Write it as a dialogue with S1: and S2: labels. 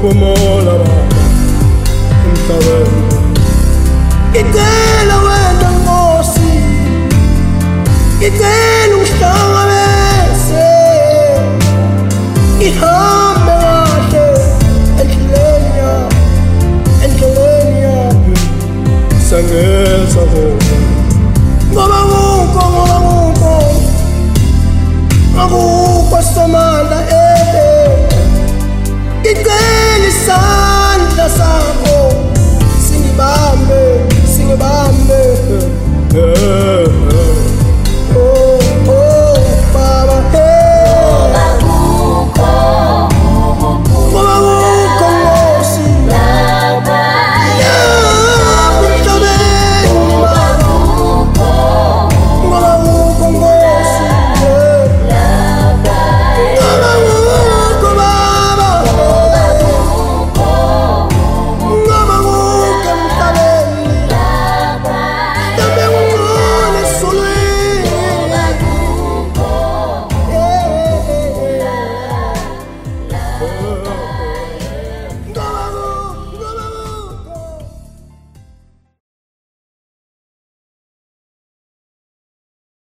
S1: como la va en taberna.
S2: E te la vedan così, e te non stavo a mese, e hambe vache, e chilegna, e chilegna,
S1: sangue sapore.
S2: Come avuto, come avuto, avuto questa manda, eh, eh. Ikeli sandla sakho singibambe singibambe
S1: Eh, eh.
S2: é